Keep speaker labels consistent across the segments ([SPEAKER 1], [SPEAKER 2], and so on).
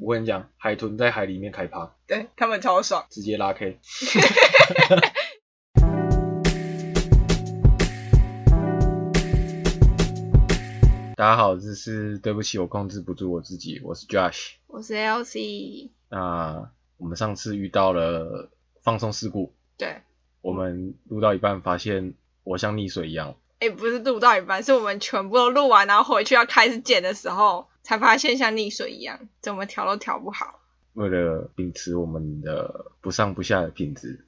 [SPEAKER 1] 我跟你讲，海豚在海里面开趴，
[SPEAKER 2] 对他们超爽。
[SPEAKER 1] 直接拉 K。大家好，这是对不起，我控制不住我自己，我是 Josh。
[SPEAKER 2] 我是 LC，
[SPEAKER 1] 那我们上次遇到了放松事故，
[SPEAKER 2] 对，哎、
[SPEAKER 1] 我们录到一半发现我像溺水一样，
[SPEAKER 2] 不是录到一半，是我们全部都录完，然后回去要开始剪的时候，才发现像溺水一样，怎么调都调不好。
[SPEAKER 1] 为了秉持我们的不上不下的品质，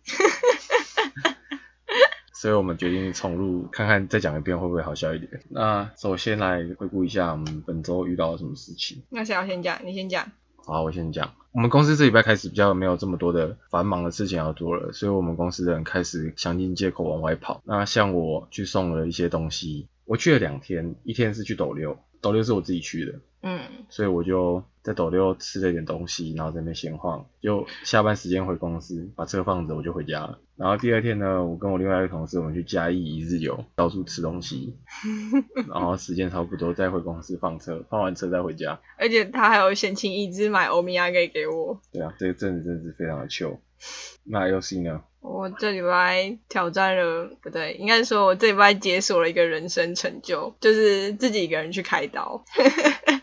[SPEAKER 1] 所以我们决定重录，看看再讲一遍会不会好笑一点。那首先来回顾一下我们本周遇到了什么事情。
[SPEAKER 2] 那谁要先讲？你先讲。
[SPEAKER 1] 好，我先讲。我们公司这礼拜开始比较没有这么多的繁忙的事情要做了，所以我们公司的人开始想尽借口往外跑。那像我去送了一些东西，我去了两天，一天是去斗六，斗六是我自己去的，
[SPEAKER 2] 嗯，
[SPEAKER 1] 所以我就在斗六吃了一点东西，然后在那边闲晃，就下班时间回公司，把车放着，我就回家了。然后第二天呢，我跟我另外一个同事，我们去嘉义一日游，到处吃东西，然后时间差不多再回公司放车，放完车再回家。
[SPEAKER 2] 而且他还有闲情逸致买欧米亚给给我。
[SPEAKER 1] 对啊，这个阵子真的是非常的 chill。那 L C 呢？
[SPEAKER 2] 我这礼拜挑战了，不对，应该说我这礼拜解锁了一个人生成就，就是自己一个人去开刀，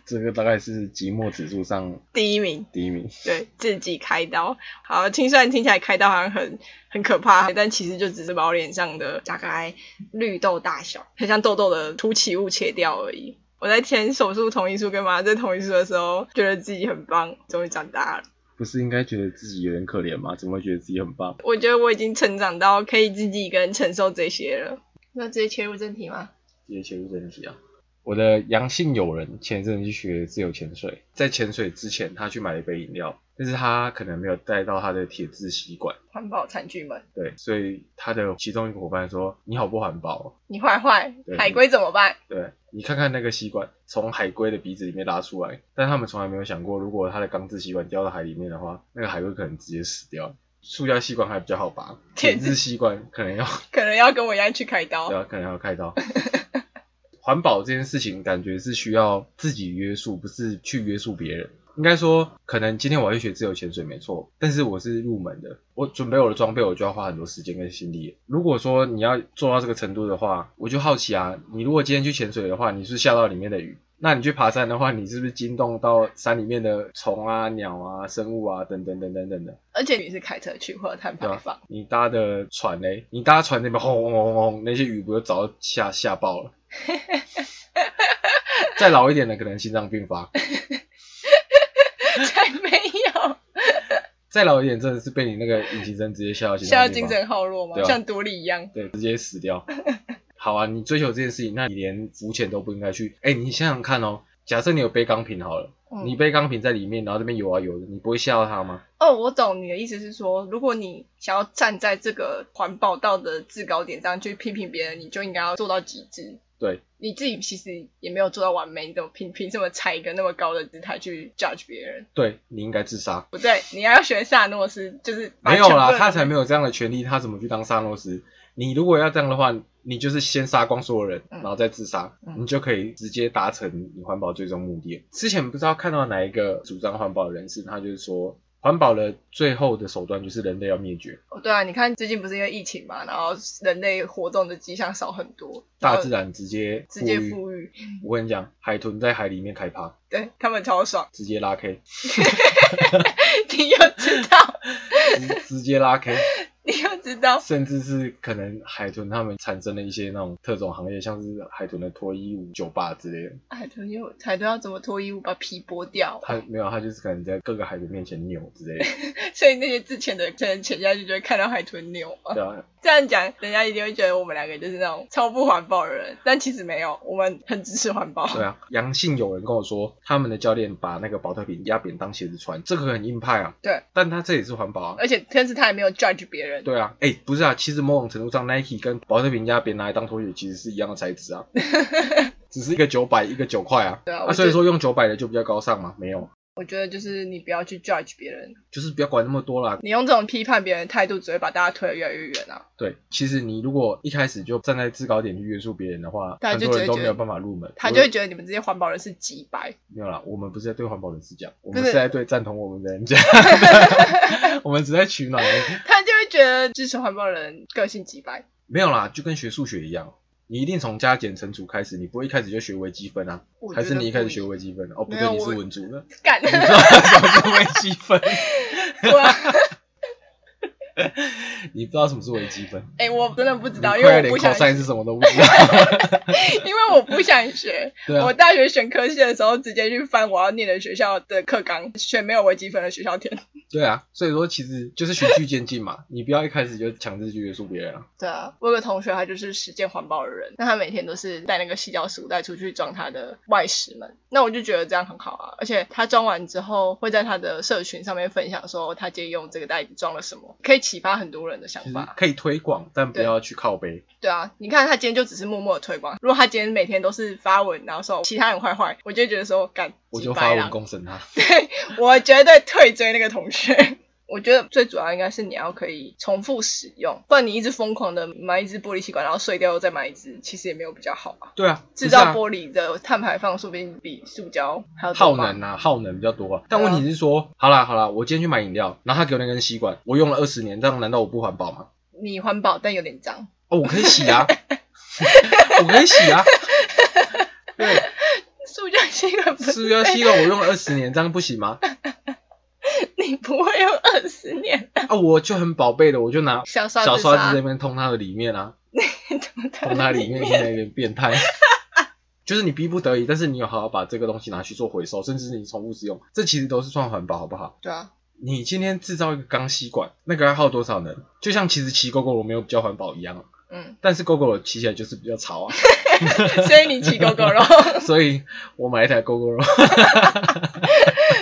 [SPEAKER 1] 这个大概是寂寞指数上
[SPEAKER 2] 第一名。
[SPEAKER 1] 第一名。
[SPEAKER 2] 对自己开刀，好，听虽然听起来开刀好像很很可怕，但其实就只是把我脸上的大概绿豆大小，很像痘痘的凸起物切掉而已。我在填手术同意书跟麻醉同意书的时候，觉得自己很棒，终于长大了。
[SPEAKER 1] 不是应该觉得自己有点可怜吗？怎么会觉得自己很棒？
[SPEAKER 2] 我觉得我已经成长到可以自己一个人承受这些了。那直接切入正题吗？
[SPEAKER 1] 直接切入正题啊！我的阳性友人前一阵子去学自由潜水，在潜水之前，他去买了一杯饮料，但是他可能没有带到他的铁质吸管，
[SPEAKER 2] 环保餐具们，
[SPEAKER 1] 对，所以他的其中一个伙伴说：“你好不环保、哦，
[SPEAKER 2] 你坏坏
[SPEAKER 1] 对，
[SPEAKER 2] 海龟怎么办？
[SPEAKER 1] 对你看看那个吸管从海龟的鼻子里面拉出来，但他们从来没有想过，如果他的钢制吸管掉到海里面的话，那个海龟可能直接死掉。塑胶吸管还比较好拔，铁质吸管可能要
[SPEAKER 2] 可能要跟我一样去开刀。
[SPEAKER 1] 对啊，可能要开刀。 环保这件事情，感觉是需要自己约束，不是去约束别人。应该说，可能今天我要去学自由潜水，没错，但是我是入门的，我准备我的装备，我就要花很多时间跟心力。如果说你要做到这个程度的话，我就好奇啊，你如果今天去潜水的话，你是下到里面的鱼，那你去爬山的话，你是不是惊动到山里面的虫啊、鸟啊、生物啊等等等等等的？
[SPEAKER 2] 而且你是开车去或者碳排放，
[SPEAKER 1] 你搭的船嘞，你搭船那边轰轰轰轰，那些鱼不就早就吓吓爆 了？再老一点的可能心脏病发，
[SPEAKER 2] 才没有。
[SPEAKER 1] 再老一点真的是被你那个隐形针直接吓到心
[SPEAKER 2] 需要
[SPEAKER 1] 脏病
[SPEAKER 2] 精
[SPEAKER 1] 发，
[SPEAKER 2] 神耗弱吗？
[SPEAKER 1] 对啊
[SPEAKER 2] 像独立一样，
[SPEAKER 1] 对，直接死掉。好啊，你追求这件事情，那你连浮潜都不应该去。哎、你想想看哦，假设你有背钢瓶好了，
[SPEAKER 2] 嗯
[SPEAKER 1] 你背钢瓶在里面，然后这边游啊游的，你不会吓到它吗？
[SPEAKER 2] 哦，我懂你的意思是说，如果你想要站在这个环保道德制高点上去批评别人，你就应该要做到极致。
[SPEAKER 1] 对，
[SPEAKER 2] 你自己其实也没有做到完美，你怎么凭凭什么踩一个那么高的姿态去 judge 别人？
[SPEAKER 1] 对你应该自杀。
[SPEAKER 2] 不对，你要学萨诺斯，就是把
[SPEAKER 1] 没有
[SPEAKER 2] 全部
[SPEAKER 1] 啦，
[SPEAKER 2] 人
[SPEAKER 1] 他才没有这样的权利，他怎么去当萨诺斯？你如果要这样的话，你就是先杀光所有人，然
[SPEAKER 2] 嗯
[SPEAKER 1] 后再自杀，
[SPEAKER 2] 嗯
[SPEAKER 1] 你就可以直接达成你环保最终目的。之前不知道看到哪一个主张环保的人士，他就是说，环保的最后的手段就是人类要灭绝，
[SPEAKER 2] 哦对啊，你看最近不是因为疫情嘛，然后人类活动的迹象少很多，
[SPEAKER 1] 大自然直接
[SPEAKER 2] 直接
[SPEAKER 1] 富裕。
[SPEAKER 2] 富裕，
[SPEAKER 1] 我跟你讲，海豚在海里面开趴，
[SPEAKER 2] 对他们超爽，
[SPEAKER 1] 直接拉 K，
[SPEAKER 2] 你又知道，
[SPEAKER 1] 直 直接拉 K，
[SPEAKER 2] 你又知道，
[SPEAKER 1] 甚至是可能海豚他们产生了一些那种特种行业，像是海豚的脱衣舞酒吧之类的。
[SPEAKER 2] 海豚又海豚哎要怎么脱衣服把皮剥掉？啊
[SPEAKER 1] 他没有，他就是可能在各个海豚面前扭之类的，
[SPEAKER 2] 所以那些之前的可能潜下去就会看到海豚牛嘛。
[SPEAKER 1] 对啊，
[SPEAKER 2] 这样讲，人家一定会觉得我们两个就是那种超不环保的人，但其实没有，我们很支持环保。
[SPEAKER 1] 对啊。阳性有人跟我说，他们的教练把那个保特瓶压扁当鞋子穿，这个很硬派啊。
[SPEAKER 2] 对，
[SPEAKER 1] 但他这也是环保啊。
[SPEAKER 2] 而且但是他也没有 judge 别人，
[SPEAKER 1] 对啊，哎、不是啊，其实某种程度上，Nike 跟保特瓶压扁拿来当拖鞋其实是一样的材质 啊，只是一个九百，一个九块啊。
[SPEAKER 2] 对啊我
[SPEAKER 1] 啊，所以
[SPEAKER 2] 就
[SPEAKER 1] 说用九百的就比较高尚嘛？没有，
[SPEAKER 2] 我觉得就是你不要去 judge 别人，
[SPEAKER 1] 就是不要管那么多啦。
[SPEAKER 2] 你用这种批判别人的态度，只会把大家推得越来越远啊。
[SPEAKER 1] 对，其实你如果一开始就站在制高点去约束别人的话，
[SPEAKER 2] 大家
[SPEAKER 1] 很
[SPEAKER 2] 就
[SPEAKER 1] 多人
[SPEAKER 2] 觉
[SPEAKER 1] 都
[SPEAKER 2] 得觉
[SPEAKER 1] 没
[SPEAKER 2] 得
[SPEAKER 1] 有办法入门。
[SPEAKER 2] 他
[SPEAKER 1] 我
[SPEAKER 2] 就会觉得你们这些环保人是鸡掰。
[SPEAKER 1] 没有啦，我们不是在对环保人士讲，我们
[SPEAKER 2] 不是
[SPEAKER 1] 是在对赞同我们的人 讲， 我们只在取暖而已。
[SPEAKER 2] 他就会觉得支持环保的人个性几百。
[SPEAKER 1] 没有啦，就跟学数学一样，你一定从加减乘除开始，你不会一开始就学微积分啊，
[SPEAKER 2] 我觉
[SPEAKER 1] 还
[SPEAKER 2] 得
[SPEAKER 1] 是你一开始
[SPEAKER 2] 不
[SPEAKER 1] 学微积分啊？哦，不
[SPEAKER 2] 没有
[SPEAKER 1] 对，你是
[SPEAKER 2] 我
[SPEAKER 1] 文组 的，
[SPEAKER 2] 干，
[SPEAKER 1] 你知道什么是微积分？
[SPEAKER 2] 我
[SPEAKER 1] 你不知道什么是微积分？
[SPEAKER 2] 哎、我真的不知
[SPEAKER 1] 你
[SPEAKER 2] 道，
[SPEAKER 1] 快
[SPEAKER 2] 因为
[SPEAKER 1] 乐
[SPEAKER 2] 我
[SPEAKER 1] 连
[SPEAKER 2] 不想
[SPEAKER 1] cos 是什么都不 知道。
[SPEAKER 2] 因为我不想学。
[SPEAKER 1] 对啊
[SPEAKER 2] 我，大学选科系的时候，直接去翻我要念的学校的课纲，选没有微积分的学校填。
[SPEAKER 1] 对啊，所以说其实就是循序渐进嘛，你不要一开始就强制去约束别人啊。
[SPEAKER 2] 对啊，我有个同学，他就是实践环保的人，那他每天都是带那个细胶塑袋出去装他的外食们，那我就觉得这样很好啊。而且他装完之后，会在他的社群上面分享说他今天用这个袋子装了什么，可以启发很多人的想
[SPEAKER 1] 其实
[SPEAKER 2] 法。
[SPEAKER 1] 可以推广，但不要去靠背。
[SPEAKER 2] 对啊，你看他今天就只是默默的推广。如果他今天每天都是发文，然后说其他人坏坏，我就会觉得说干，
[SPEAKER 1] 我
[SPEAKER 2] 几
[SPEAKER 1] 就
[SPEAKER 2] 掰
[SPEAKER 1] 发
[SPEAKER 2] 啦
[SPEAKER 1] 文，攻审他。
[SPEAKER 2] 我绝对退追那个同学。 我觉得最主要应该是你要可以重复使用，不然你一直疯狂的买一支玻璃吸管，然后碎掉又再买一支，其实也没有比较好啊。
[SPEAKER 1] 对啊，
[SPEAKER 2] 制
[SPEAKER 1] 不是啊
[SPEAKER 2] 造玻璃的碳排放说不定比塑胶还要多
[SPEAKER 1] 耗
[SPEAKER 2] 吧
[SPEAKER 1] 能啊，耗能比较多啊。但
[SPEAKER 2] 对啊
[SPEAKER 1] 问题是说，好啦好啦，我今天去买饮料，然后他给我那根吸管，我用了二十年，这样难道我不环保吗？
[SPEAKER 2] 你环保但有点脏，
[SPEAKER 1] 哦，我可以洗 啊，我可以洗啊。对，
[SPEAKER 2] 塑胶吸管不
[SPEAKER 1] 是要吸管我用了二十年，这样不行吗？
[SPEAKER 2] 你不会用二十年，
[SPEAKER 1] 啊，我就很宝贝的，我就拿
[SPEAKER 2] 小刷子
[SPEAKER 1] 小刷子
[SPEAKER 2] 刷
[SPEAKER 1] 这边通它的里面啊，
[SPEAKER 2] 捅它
[SPEAKER 1] 通它里面现在有点变态。 就是你逼不得已，但是你有好好把这个东西拿去做回收，甚至你重复使用，这其实都是算环保，好不好？
[SPEAKER 2] 对啊，
[SPEAKER 1] 你今天制造一个钢吸管，那个要耗多少能？就像其实骑 GoGo 没有比较环保一样，
[SPEAKER 2] 嗯，
[SPEAKER 1] 但是 GoGo 骑起来就是比较潮啊，
[SPEAKER 2] 所以你骑狗 狗肉。
[SPEAKER 1] 所以我买一台 GoGo。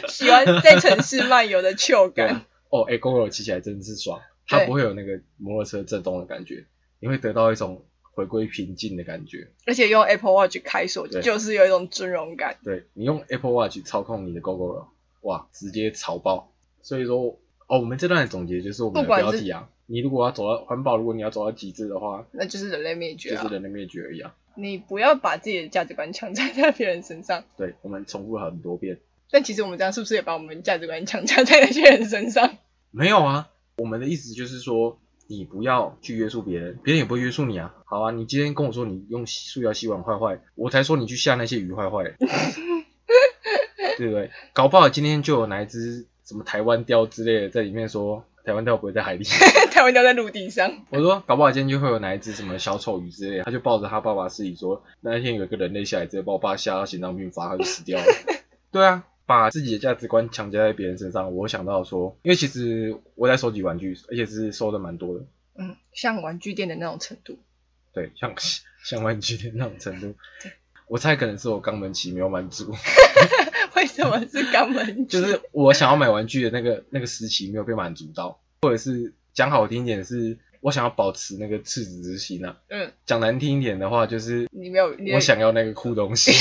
[SPEAKER 2] 喜欢在城市漫游的嗅
[SPEAKER 1] 对
[SPEAKER 2] 感
[SPEAKER 1] 啊。，哦，哎、g o g o 骑起来真的是爽，它
[SPEAKER 2] 对
[SPEAKER 1] 不会有那个摩托车震动的感觉，你会得到一种回归平静的感觉。
[SPEAKER 2] 而且用 Apple Watch 开锁，
[SPEAKER 1] 对
[SPEAKER 2] 就是有一种尊荣感。
[SPEAKER 1] 对你用 Apple Watch 操控你的 GoGo，哇，直接潮爆。所以说，哦，我们这段的总结就是我们
[SPEAKER 2] 不
[SPEAKER 1] 的
[SPEAKER 2] 管
[SPEAKER 1] 标
[SPEAKER 2] 是
[SPEAKER 1] 题啊，你如果要走到环保，如果你要走到极致的话，
[SPEAKER 2] 那就是人类灭绝
[SPEAKER 1] 就
[SPEAKER 2] 啊！
[SPEAKER 1] 是人类灭绝而已啊。
[SPEAKER 2] 你不要把自己的价值观强加在别人身上，
[SPEAKER 1] 对，我们重复了很多遍。
[SPEAKER 2] 但其实我们这样是不是也把我们价值观强加在那些人身上？
[SPEAKER 1] 没有啊，我们的意思就是说，你不要去约束别人，别人也不会约束你啊。好啊，你今天跟我说你用塑料吸管坏坏，我才说你去吓那些鱼坏坏，对不对？搞不好今天就有哪一只什么台湾雕之类的在里面说台湾雕不会在海里，
[SPEAKER 2] 台湾掉在陆地上，
[SPEAKER 1] 我说搞不好今天就会有哪一只什么小丑鱼之类的，他就抱着他爸爸尸体说，那天有一个人类下来，直接把我爸吓到心脏病发，他就死掉了。对啊，把自己的价值观强加在别人身上，我想到说，因为其实我在收集玩具，而且是收的蛮多的，
[SPEAKER 2] 嗯，像玩具店的那种程度。
[SPEAKER 1] 对，像像玩具的那种程度。 我猜可能是我肛门期没有满足，
[SPEAKER 2] 为什么是肛 门？
[SPEAKER 1] 就是我想要买玩具的那个那个时期没有被满足到，或者是讲好听一点是，我想要保持那个赤子之心啊；
[SPEAKER 2] 嗯，
[SPEAKER 1] 讲难听一点的话，就是
[SPEAKER 2] 你没有，你的
[SPEAKER 1] 我想要那个酷东 西。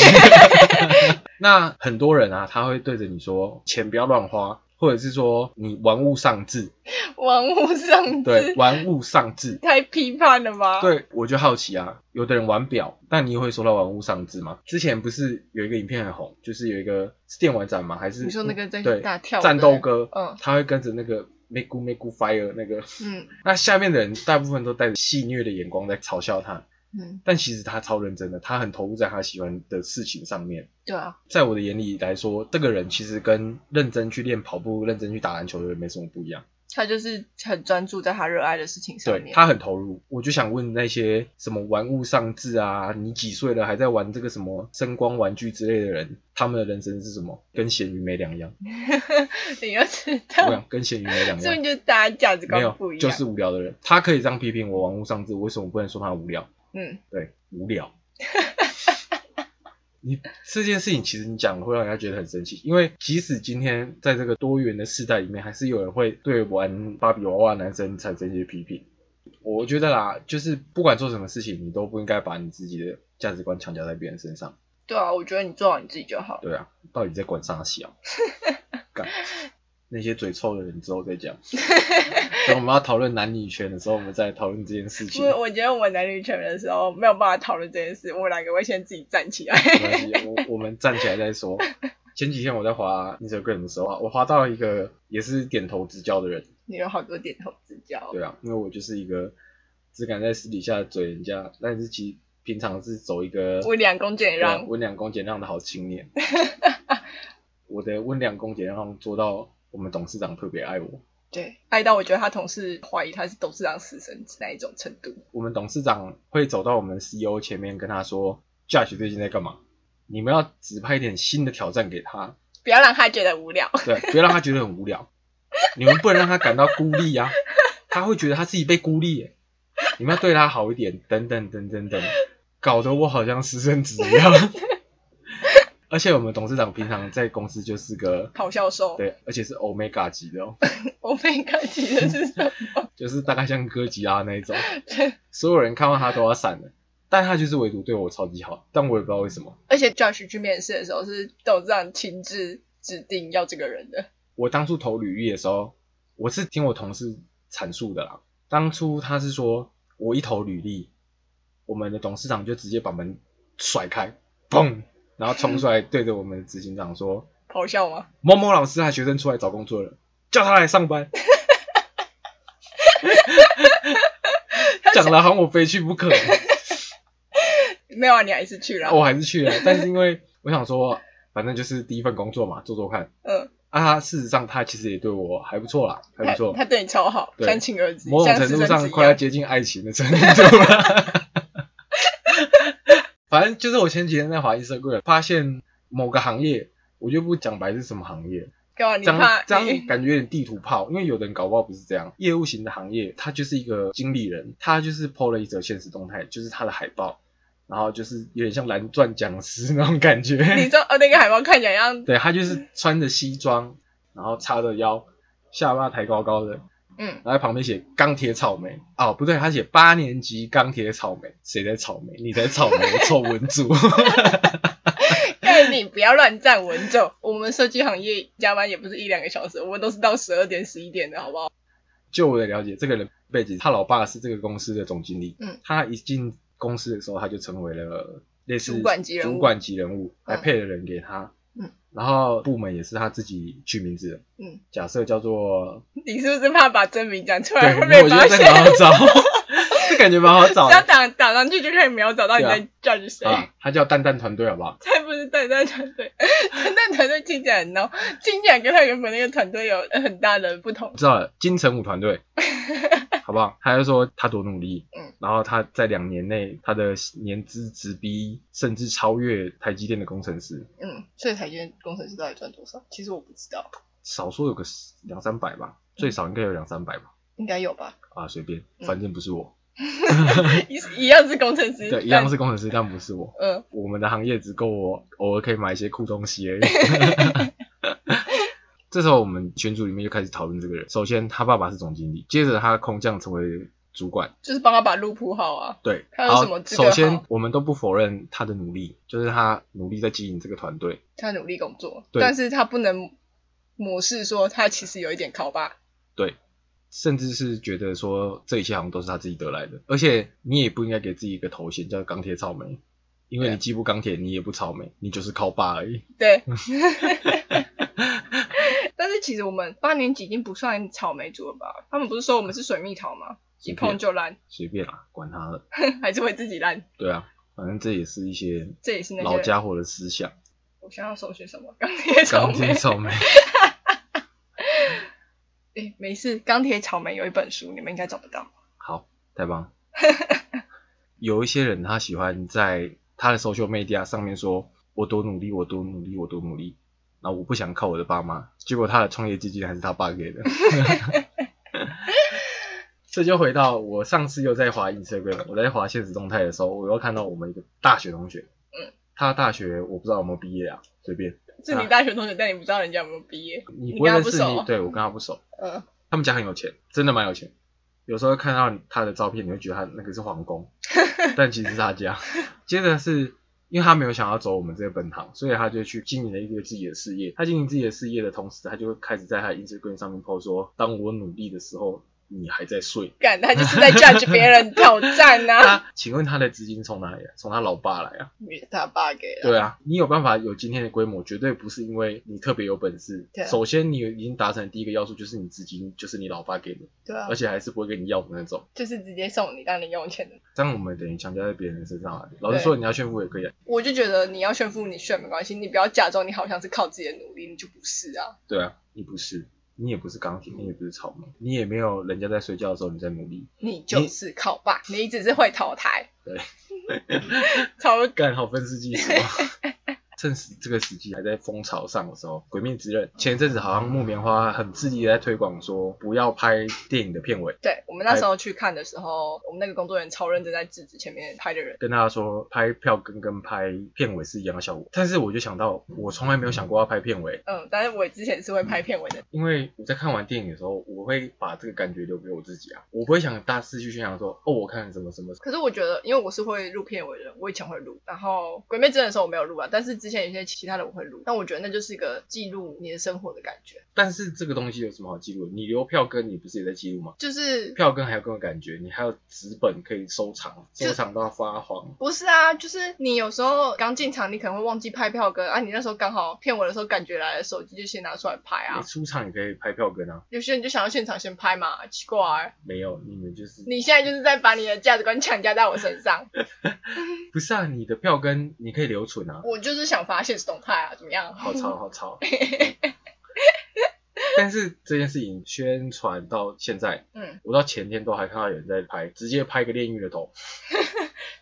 [SPEAKER 1] 那很多人啊，他会对着你说钱不要乱花，或者是说你玩物丧志，
[SPEAKER 2] 玩物丧
[SPEAKER 1] 对，
[SPEAKER 2] 志，
[SPEAKER 1] 玩物丧志。
[SPEAKER 2] 太批判了吧？，
[SPEAKER 1] 对，我就好奇啊，有的人玩表，但你也会说到玩物丧志吗？之前不是有一个影片很红，就是有一个是电玩展吗？还是
[SPEAKER 2] 你说那个在
[SPEAKER 1] 对
[SPEAKER 2] 大跳的
[SPEAKER 1] 战斗哥，
[SPEAKER 2] 嗯
[SPEAKER 1] 他会跟着那个 Make Make Fire 那个，
[SPEAKER 2] 嗯
[SPEAKER 1] 那下面的人大部分都带着戏谑的眼光在嘲笑他，
[SPEAKER 2] 嗯，
[SPEAKER 1] 但其实他超认真的，他很投入在他喜欢的事情上面。
[SPEAKER 2] 对啊，
[SPEAKER 1] 在我的眼里来说，这个人其实跟认真去练跑步、认真去打篮球的人没什么不一样。
[SPEAKER 2] 他就是很专注在他热爱的事情上
[SPEAKER 1] 对
[SPEAKER 2] 面。
[SPEAKER 1] 他很投入，我就想问那些什么玩物丧志啊，你几岁了还在玩这个什么声光玩具之类的人，他们的人生是什么？跟咸鱼没两样。
[SPEAKER 2] 你要知
[SPEAKER 1] 我
[SPEAKER 2] 道，
[SPEAKER 1] 想跟咸鱼没两
[SPEAKER 2] 所以
[SPEAKER 1] 样。
[SPEAKER 2] 就是大家价值
[SPEAKER 1] 没
[SPEAKER 2] 观不
[SPEAKER 1] 有，
[SPEAKER 2] 一样。
[SPEAKER 1] 就是无聊的人，他可以这样批评我玩物丧志，为什么我不能说他无聊？
[SPEAKER 2] 嗯，
[SPEAKER 1] 对，无聊。你这件事情其实你讲会让人家觉得很生气，因为即使今天在这个多元的世代里面，还是有人会对玩芭比娃娃的男生产生一些批评。我觉得啦，就是不管做什么事情，你都不应该把你自己的价值观强加在别人身上。
[SPEAKER 2] 对啊，我觉得你做好你自己就好了。
[SPEAKER 1] 对啊，到底在管啥小？干那些嘴臭的人之后再讲。等我们要讨论男女权的时候，我们再讨论这件事
[SPEAKER 2] 因
[SPEAKER 1] 情
[SPEAKER 2] 为。我觉得我们男女权的时候没有办法讨论这件事，我们两个会先自己站起来。
[SPEAKER 1] 没关系，我我们站起来再说。前几天我在滑 Instagram 的时候啊，我滑到一个也是点头之交的人，
[SPEAKER 2] 你有好多点头之交。
[SPEAKER 1] 对啊，因为我就是一个只敢在私底下嘴人家，但是其平常是走一个
[SPEAKER 2] 温良恭俭让
[SPEAKER 1] 对啊温良恭俭让的好青 年。我的温良恭俭让做到我们董事长特别爱我。
[SPEAKER 2] 对，爱到我觉得他同事怀疑他是董事长私生子那一种程度。
[SPEAKER 1] 我们董事长会走到我们 CEO 前面跟他说，Judge 最近在干嘛？你们要指派一点新的挑战给他，
[SPEAKER 2] 不要让他觉得无 聊。
[SPEAKER 1] 对，不要让他觉得很无聊。你们不能让他感到孤立啊，他会觉得他自己被孤立耶。你们要对他好一点，等等等等等，搞得我好像私生子一样。而且我们董事长平常在公司就是个
[SPEAKER 2] 咆哮兽，
[SPEAKER 1] 对，而且是 Omega 级的哦，
[SPEAKER 2] 我被看起的是 什么？
[SPEAKER 1] 就是大概像哥吉拉那一种，所有人看到他都要闪的，但他就是唯独对我超级好，但我也不知道为什么。
[SPEAKER 2] 而且 Josh 去面试的时候是董事长亲自指定要这个人的，
[SPEAKER 1] 我当初投履历的时候，我是听我同事阐述的啦。当初他是说，我一投履历，我们的董事长就直接把门甩开，砰，然后冲出来对着我们的执行长说
[SPEAKER 2] 咆哮吗？：“
[SPEAKER 1] 某某老师和学生出来找工作了，叫他来上班。”讲的好像我非去不可，
[SPEAKER 2] 没有啊，你还是去了。
[SPEAKER 1] 我还是去了。但是因为我想说，反正就是第一份工作嘛，做做看。
[SPEAKER 2] 嗯，
[SPEAKER 1] 啊，他事实上他其实也对我还不错啦，还不错。
[SPEAKER 2] 他他对你超好，
[SPEAKER 1] 对
[SPEAKER 2] 像亲儿子，
[SPEAKER 1] 某种
[SPEAKER 2] 像
[SPEAKER 1] 程
[SPEAKER 2] 私
[SPEAKER 1] 度
[SPEAKER 2] 生子
[SPEAKER 1] 上
[SPEAKER 2] 一
[SPEAKER 1] 快要
[SPEAKER 2] 样。
[SPEAKER 1] 接近爱情的程度了。 反正就是我前几天在华裔社会发现某个行业，我就不讲白是什么行业，
[SPEAKER 2] 干嘛？你
[SPEAKER 1] 这样
[SPEAKER 2] 怕
[SPEAKER 1] 这样
[SPEAKER 2] 你
[SPEAKER 1] 感觉有点地图炮，因为有的人搞不好不是这样。业务型的行业，他就是一个经理人，他就是 PO 了一则现实动态，就是他的海报，然后就是有点像蓝钻讲师那种感觉。
[SPEAKER 2] 你说哦，那个海报看起来像
[SPEAKER 1] 对他就是穿着西装，然后叉着腰，下巴抬高高的，
[SPEAKER 2] 嗯，
[SPEAKER 1] 然后在旁边写钢铁草莓哦，不对，他写八年级钢铁草莓，谁在草莓？你在草莓，臭文主。
[SPEAKER 2] 但你不要乱站稳走。我们设计行业加班也不是一两个小时，我们都是到十二点十一点的，好不好？
[SPEAKER 1] 就我的了解，这个人背景，他老爸是这个公司的总经理，
[SPEAKER 2] 嗯，
[SPEAKER 1] 他一进公司的时候，他就成为了类似
[SPEAKER 2] 主管级人物
[SPEAKER 1] 主管级人物，还
[SPEAKER 2] 嗯
[SPEAKER 1] 配了人给他，
[SPEAKER 2] 嗯，
[SPEAKER 1] 然后部门也是他自己取名字的，
[SPEAKER 2] 嗯，
[SPEAKER 1] 假设叫做
[SPEAKER 2] 你是不是怕把真名讲出来
[SPEAKER 1] 对，
[SPEAKER 2] 会
[SPEAKER 1] 那
[SPEAKER 2] 被
[SPEAKER 1] 我觉
[SPEAKER 2] 发
[SPEAKER 1] 得这
[SPEAKER 2] 现？
[SPEAKER 1] 个好找， 这感觉蛮好找
[SPEAKER 2] 只要
[SPEAKER 1] 的。
[SPEAKER 2] 打打上去就可以秒找到你在 judge 谁。
[SPEAKER 1] 啊，他叫蛋蛋团队好不好？
[SPEAKER 2] 才不是蛋蛋团队，蛋蛋团队听起来很孬，听起来跟他原本那个团队有很大的不同
[SPEAKER 1] 我。知道了，金城武团 队，好不好？他就说他多努力，
[SPEAKER 2] 嗯，
[SPEAKER 1] 然后他在两年内他的年资直逼甚至超越台积电的工程师，
[SPEAKER 2] 嗯，所以台积电工程师到底赚多少？其实我不知道，
[SPEAKER 1] 少说有个十两三百吧，最少应该有两三百吧，
[SPEAKER 2] 应该有吧。
[SPEAKER 1] 啊，随便，
[SPEAKER 2] 嗯
[SPEAKER 1] 反正不是我，
[SPEAKER 2] 一一样是工程师，
[SPEAKER 1] 对，一样是工程师，但不是我，
[SPEAKER 2] 但。嗯，
[SPEAKER 1] 我们的行业只够我偶尔可以买一些酷东 西而已。这时候我们群组里面就开始讨论这个人，首先他爸爸是总经理，接着他空降成为主管，
[SPEAKER 2] 就是帮他把路铺好啊。
[SPEAKER 1] 对，
[SPEAKER 2] 他有
[SPEAKER 1] 好
[SPEAKER 2] 什么资格
[SPEAKER 1] 首先
[SPEAKER 2] 好，
[SPEAKER 1] 我们都不否认他的努力，就是他努力在经营这个团队。
[SPEAKER 2] 他努力工作，
[SPEAKER 1] 对
[SPEAKER 2] 但是他不能漠视说他其实有一点考吧。
[SPEAKER 1] 对，甚至是觉得说这一切好像都是他自己得来的，而且你也不应该给自己一个头衔叫钢铁草莓，因为
[SPEAKER 2] 对啊
[SPEAKER 1] 你既不钢铁，你也不草莓，你就是靠爸而已。
[SPEAKER 2] 对。但是其实我们八年级已经不算草莓族了吧？他们不是说我们是水蜜桃吗？一
[SPEAKER 1] 随
[SPEAKER 2] 碰
[SPEAKER 1] 便
[SPEAKER 2] 就烂，
[SPEAKER 1] 随便啦，管他的。
[SPEAKER 2] 还是会自己烂。
[SPEAKER 1] 对啊，反正这也是一些
[SPEAKER 2] 这也是那些
[SPEAKER 1] 老家伙的思想，
[SPEAKER 2] 我想要搜寻什么？钢 铁草
[SPEAKER 1] 钢
[SPEAKER 2] 莓
[SPEAKER 1] 铁。 草莓。
[SPEAKER 2] 哎、没事，钢铁草莓有一本书，你们应该找不
[SPEAKER 1] 啊
[SPEAKER 2] 到。
[SPEAKER 1] 好，太 棒了。有一些人他喜欢在他的 social media 上面说“我多努力，我多努力，我多努力”，然后我不想靠我的爸妈，结果他的创业基金还是他爸给的。 这就回到我上次又在滑 Instagram，我在滑现实动态的时候，我又看到我们一个大学同学，
[SPEAKER 2] 嗯，
[SPEAKER 1] 他大学我不知道有没有毕业啊，随便，
[SPEAKER 2] 是你大学同学，但你不知道人家有没有毕业。
[SPEAKER 1] 你
[SPEAKER 2] 你
[SPEAKER 1] 不会
[SPEAKER 2] 跟他
[SPEAKER 1] 认
[SPEAKER 2] 不
[SPEAKER 1] 识你，
[SPEAKER 2] 熟
[SPEAKER 1] 对我跟他不熟，
[SPEAKER 2] 嗯，
[SPEAKER 1] 他们家很有钱，真的蛮有钱。有时候 看到他的照片，你会觉得他那个是皇宫，但其实是他家。接着是因为他没有想要走我们这个本行，所以他就去经营了一个自己的事业。他经营自己的事业的同时，他就会开始在他的 Instagram 上面 po 说：“当我努力的时候，你还在 睡。”
[SPEAKER 2] 干他就是在 judge 别人挑战 呐、啊，
[SPEAKER 1] 他请问他的资金从哪里来？从他老爸来啊？
[SPEAKER 2] 也是他爸给的。
[SPEAKER 1] 对啊，你有办法有今天的规模，绝对不是因为你特别有本事
[SPEAKER 2] 对。
[SPEAKER 1] 首先，你已经达成第一个要素，就是你资金就是你老爸给的，
[SPEAKER 2] 对啊
[SPEAKER 1] 而，且还是不会跟你要的那种。
[SPEAKER 2] 就是直接送你当零用钱的。
[SPEAKER 1] 这样我们等于强加在别人身上啊。老实说，你要炫富也可以啊。
[SPEAKER 2] 我就觉得你要炫富，你炫没关系，你不要假装你好像是靠自己的努力，你就不是啊。
[SPEAKER 1] 对啊，嗯你不是，你也不是钢铁，你也不是草莓，你也没有人家在睡觉的时候你在努力。
[SPEAKER 2] 你就是靠爸，你只是会淘汰。
[SPEAKER 1] 对，
[SPEAKER 2] 超
[SPEAKER 1] 干好分世纪史哦。 趁时这个时机还在风潮上的时候，《鬼灭之刃》前一阵子好像木棉花很致力地在推广说不要拍电影的片尾，
[SPEAKER 2] 对我们那时候去看的时候，我们那个工作人员超认真在制止前面拍的人。
[SPEAKER 1] 跟大家说拍票根跟拍片尾是一样的效果。但是我就想到，我从来没有想过要拍片尾，
[SPEAKER 2] 嗯，但是我之前是会拍片尾的，
[SPEAKER 1] 因为我在看完电影的时候，我会把这个感觉留给我自己啊，我不会想大肆去宣扬说哦，我看什么什么。
[SPEAKER 2] 可是我觉得，因为我是会录片尾的人，我以前会录，然后《鬼灭之刃》的时候我没有录啊，但是之前有些其他的我会录，但我觉得那就是一个记录你的生活的感觉，
[SPEAKER 1] 但是这个东西有什么好记录的？你留票根，你不是也在记录吗？
[SPEAKER 2] 就是
[SPEAKER 1] 票根还有更有感觉，你还有纸本可以收藏，
[SPEAKER 2] 就
[SPEAKER 1] 收藏到发黄。
[SPEAKER 2] 不是啊，就是你有时候刚进场，你可能会忘记拍票根啊，你那时候刚好片尾的时候感觉来了，手机就先拿出来拍
[SPEAKER 1] 你
[SPEAKER 2] 啊，
[SPEAKER 1] 出场也可以拍票根啊，
[SPEAKER 2] 有些人就想要现场先拍嘛，奇怪、啊
[SPEAKER 1] 没有，你们就是
[SPEAKER 2] 你现在就是在把你的价值观强加在我身上，
[SPEAKER 1] 不是啊？你的票根你可以留 存啊，
[SPEAKER 2] 我就是想发现实动态啊，怎么样？
[SPEAKER 1] 好吵好 吵。但是这件事情宣传到现在，
[SPEAKER 2] 嗯，
[SPEAKER 1] 我到前天都还看到有人在拍，直接拍个炼狱的头。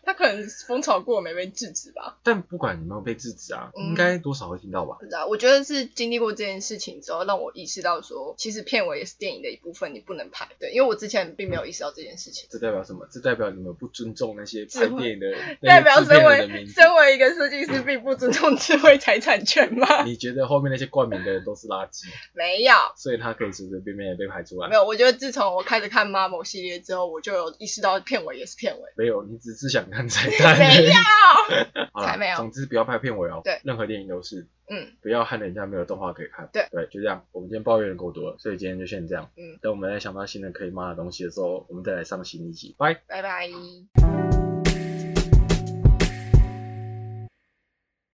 [SPEAKER 2] 他可能风潮过没被制止吧。
[SPEAKER 1] 但不管有没有被制止啊，
[SPEAKER 2] 嗯
[SPEAKER 1] 应该多少会听到吧？
[SPEAKER 2] 不知道，我觉得是经历过这件事情之后，让我意识到说，其实片尾也是电影的一部分，你不能拍。对，因为我之前并没有意识到这件事情。
[SPEAKER 1] 这代表什么？这代表你们不尊重那些
[SPEAKER 2] 智
[SPEAKER 1] 拍
[SPEAKER 2] 慧
[SPEAKER 1] 电影的
[SPEAKER 2] 代
[SPEAKER 1] 那
[SPEAKER 2] 表
[SPEAKER 1] 些制
[SPEAKER 2] 身
[SPEAKER 1] 片人的
[SPEAKER 2] 为
[SPEAKER 1] 名字。
[SPEAKER 2] 身为一个设计师，并不尊重智慧财产权吗？
[SPEAKER 1] 你觉得后面那些冠名的人都是垃圾，
[SPEAKER 2] 没有，
[SPEAKER 1] 所以他可以随随便便的被排出来
[SPEAKER 2] 啊没？有。我觉得自从我开始看 Marvel 系列之后，我就有意识到片尾也是片尾。
[SPEAKER 1] 没有，你只是想看彩蛋。
[SPEAKER 2] 没有，
[SPEAKER 1] 好啦
[SPEAKER 2] 才没有
[SPEAKER 1] 总之不要拍片尾哦。
[SPEAKER 2] 对
[SPEAKER 1] 任何电影都是，
[SPEAKER 2] 嗯，
[SPEAKER 1] 不要害人家没有动画可以看。
[SPEAKER 2] 对
[SPEAKER 1] 对，就这样。我们今天抱怨的够多了，所以今天就先这样。
[SPEAKER 2] 嗯，
[SPEAKER 1] 等我们再想到新的可以骂的东西的时候，我们再来上新一集。拜。
[SPEAKER 2] 拜拜。